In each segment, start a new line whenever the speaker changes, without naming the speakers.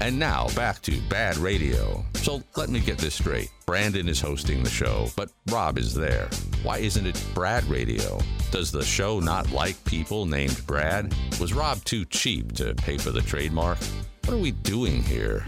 And now back to bad radio. So let me get this straight. Brandon is hosting the show, but Rob is there. Why isn't it Brad Radio? Does the show not like people named Brad? Was Rob too cheap to pay for the trademark? What are we doing here?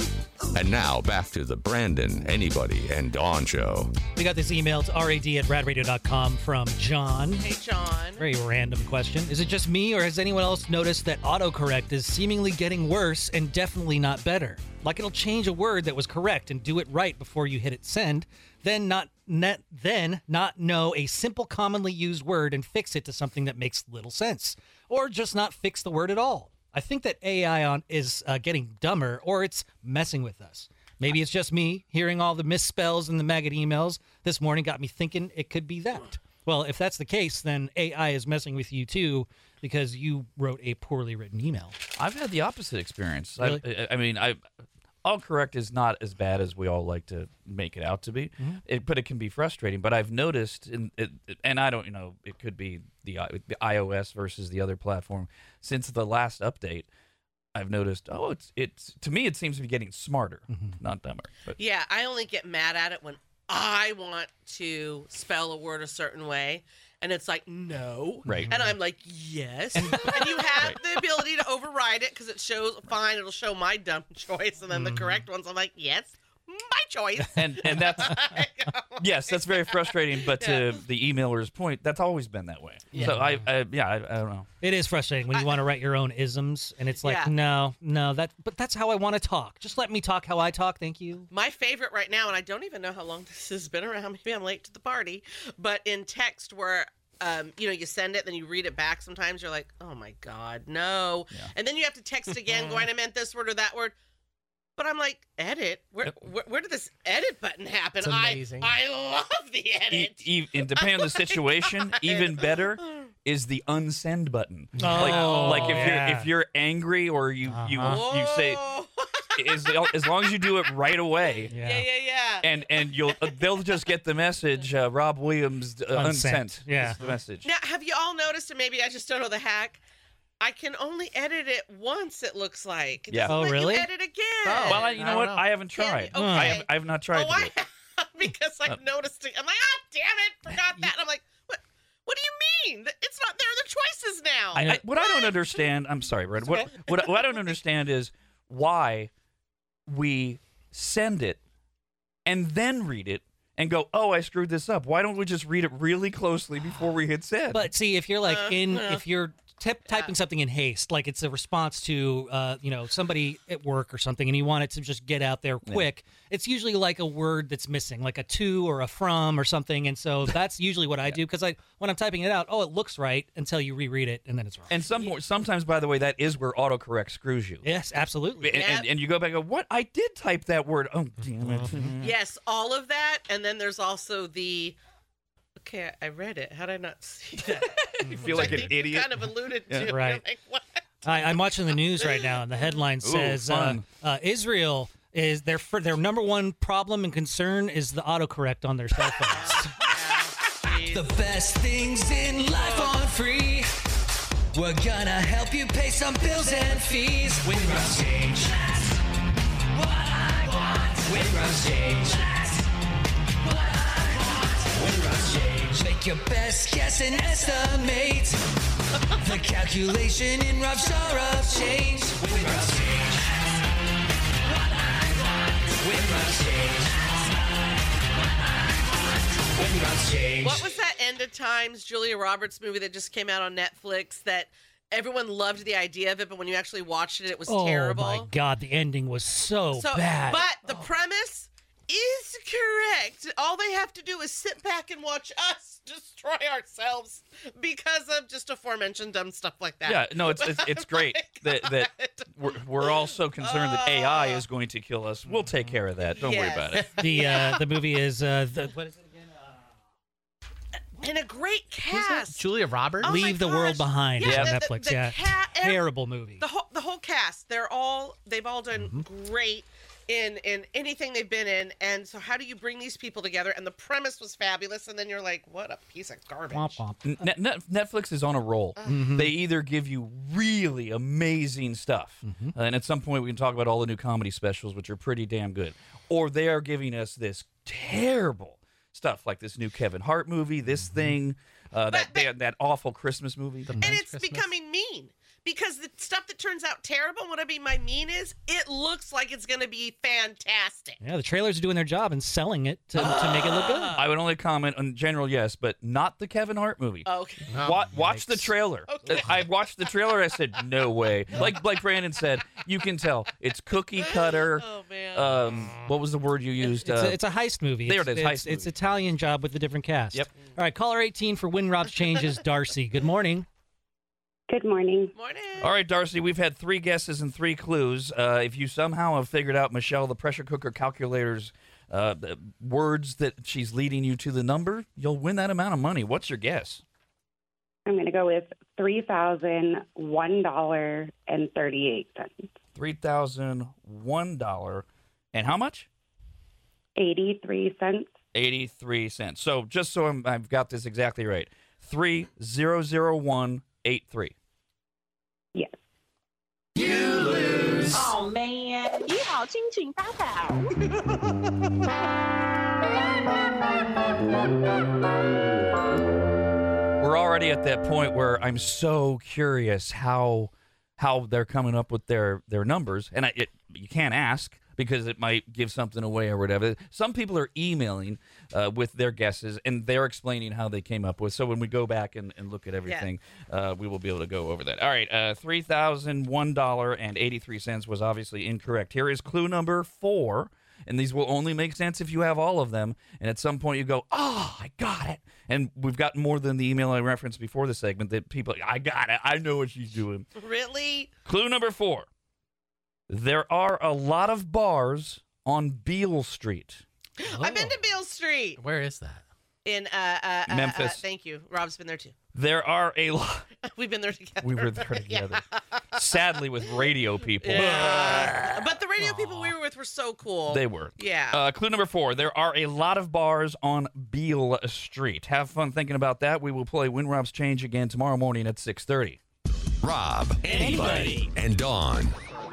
And now back to the Brandon, Anybody, and Dawn show.
We got this email. It's rad at bradradio.com from John.
Hey, John.
Very random question. Is it just me, or has anyone else noticed that autocorrect is seemingly getting worse and definitely not better? Like it'll change a word that was correct and do it right before you hit it send, then not net, then not know a simple commonly used word and fix it to something that makes little sense, or just not fix the word at all. I think that AI on is uh, getting dumber, or it's messing with us. Maybe it's just me hearing all the misspells in the maggot emails this morning got me thinking it could be that. Well, if that's the case, then AI is messing with you too because you wrote a poorly written email.
I've had the opposite experience. I-
Really?
I, I mean, I all correct is not as bad as we all like to make it out to be, it, but it can be frustrating. But I've noticed, in, it, and I don't, you know, it could be the, i- the iOS versus the other platform. Since the last update, I've noticed. Oh, it's it's to me, it seems to be getting smarter, not dumber. But
Yeah, I only get mad at it when I want to spell a word a certain way. And it's like, no.
Right.
And I'm like, yes. and you have the ability to override it because it shows, fine, it'll show my dumb choice. And then the correct ones, I'm like, yes, my choice.
and and that's yes, that's very frustrating. But to the emailer's point, that's always been that way. So I, I yeah, I, I don't know.
It is frustrating when you want to write your own isms and it's like,
Yeah.
no, no, that but that's how I want to talk. Just let me talk how I talk, thank you.
My favorite right now, and I don't even know how long this has been around. Maybe I'm late to the party, but in text where. Um, you know, you send it, then you read it back. Sometimes you're like, "Oh my god, no!" And then you have to text again, going, "I meant this word or that word." But I'm like, "Edit? Where, where, where did this edit button happen?"
It's amazing.
I, I love the
e-
edit.
e- and depending on the situation, even better is the unsend button.
Oh,
like, like if
yeah.
you're if you're angry or you
Uh-huh.
you Uh, you say
Whoa.
as, as long as you do it right away.
yeah, yeah, yeah.
And and you'll uh, they'll just get the message. Uh, Rob Williams uh,
Unsent,
unsent.
yeah.
is the message.
Now, have you all noticed, and maybe I just don't know the hack? I can only edit it once. It looks like. It
Yeah.
doesn't
Oh,
let you
really?
edit again.
Oh.
Well, I, you
I
know
don't
what?
know.
I haven't
Yeah,
tried.
okay.
I, have, I have not tried. to
oh,
do
I
it.
have, because
Oh.
I've noticed it. I'm like, ah, damn it, forgot that. And I'm like, what? What do you mean? It's not there. The choices now.
I, I, what I don't understand, I'm sorry, Brad. What, what, what I don't understand is why we send it and then read it and go, oh, I screwed this up. Why don't we just read it really closely before we hit send?
But see, if you're like
Uh,
in,
yeah.
if you're typ- typing something in haste, like it's a response to, uh, you know, somebody at work or something, and you want it to just get out there quick, it's usually like a word that's missing, like a to or a from or something. And so that's usually what I do because I, when I'm typing it out, oh, it looks right until you reread it and then it's wrong.
and some sometimes, by the way, that is where autocorrect screws you.
yes, absolutely.
And, and, and you go back and go, what? I did type that word. Oh, damn it.
yes, all of that, and then there's also the. Okay, I read it. How did I not see that?
you feel
Which
like
I
an
think you
idiot.
Kind of alluded to. You're
Right.
Like, what?
I, I'm watching the news right now, and the headline says uh,
fun.
uh, Israel is their fir- their number one problem and concern is the autocorrect on their cell phones.
The best things in life on free. We're gonna help you pay some bills and fees with Rough Change. That's what I want. With Rough Change. That's what I want. With Rough Change. Make your best guess and estimate. the calculation in Rough's are of change. With Rough Change. That's what I want. With Rough Change. That's what I want. With Rough Change.
What was that End of Times Julia Roberts movie that just came out on Netflix that everyone loved the idea of it, but when you actually watched it, it was
oh
terrible.
my god, Oh. the ending was so,
So,
bad.
but the premise is correct. All they have to do is sit back and watch us destroy ourselves because of just aforementioned dumb stuff like that.
Yeah, no, it's it's, it's great that that we're, we're all so concerned that AI is going to kill us. We'll take care of that. Don't worry
Uh. Yes.
about it.
the uh, the movie is uh, the, what is it again?
And a great
Who's that?
cast.
Julia Roberts.
Oh my
Leave the World
gosh.
Behind
Yeah,
is on
the- the-
Netflix.
the
yeah,
cat-
terrible movie.
Mm-hmm.
The whole the whole cast, they're all they've all done great. in in anything they've been in and so how do you bring these people together and the premise was fabulous and then you're like what a piece of garbage
Womp womp.
Net- Net- Netflix is on a roll. They either give you really amazing stuff, uh, and at some point we can talk about all the new comedy specials, which are pretty damn good, or they are giving us this terrible stuff, like this new Kevin Hart movie, this thing, uh, that
but-
that- that awful Christmas movie.
and it's becoming mean because the stuff that turns out terrible what i mean by mean is it looks like it's going to be fantastic
Yeah, the trailers are doing their job and selling it to, to make it look
Ah.
good.
I would only comment on general, yes, but not the Kevin Hart movie.
okay
Wa-
Oh,
watch the trailer.
Okay.
I watched the trailer. I said, no way. Like like Brandon said, you can tell it's cookie cutter.
oh man
Um, what was the word you used?
It's
Uh,
a, it's a heist movie.
There
it's,
it is,
It's,
heist
it's
movie.
Italian job with a different cast.
Yep.
All right, caller 18 for Win Rob's Changes, Darcy. Good morning.
Good morning.
morning
All right, Darcy, we've had three guesses and three clues. Uh, if you somehow have figured out Michelle, the pressure cooker calculator's uh, the words that she's leading you to the number, you'll win that amount of money. What's your guess?
I'm going to go with three thousand one dollar and thirty eight cents.
$3,001. And how much?
Eighty three cents.
83 cents. So just so I'm, I've got this exactly right 300183.
Yes.
Oh man, 你好，心情发好。
We're already at that point where I'm so curious how how they're coming up with their their numbers, and I, it, you can't ask because it might give something away or whatever. Some people are emailing uh, with their guesses, and they're explaining how they came up with. So when we go back and, and look at everything, uh, we will be able to go over that. All right, uh, three thousand one dollar and eighty three cents was obviously incorrect. Here is clue number four. And these will only make sense if you have all of them. And at some point, you go, "Oh, I got it!" And we've got more than the email I referenced before the segment that people, "I got it! I know what she's doing."
really
Clue number four: there are a lot of bars on Beale Street. Oh.
i've been to beale street
Where is that?
in uh, uh, uh, uh
Memphis.
thank you rob's been there too
There are a lot.
we've been there together
We were there together. Sadly, with radio people,
yeah. but the radio people we were with were so cool
they were.
yeah
Uh, clue number four: there are a lot of bars on Beale Street. Have fun thinking about that. We will play Win Rob's Change again tomorrow morning at six thirty.
Rob, anybody, and Dawn.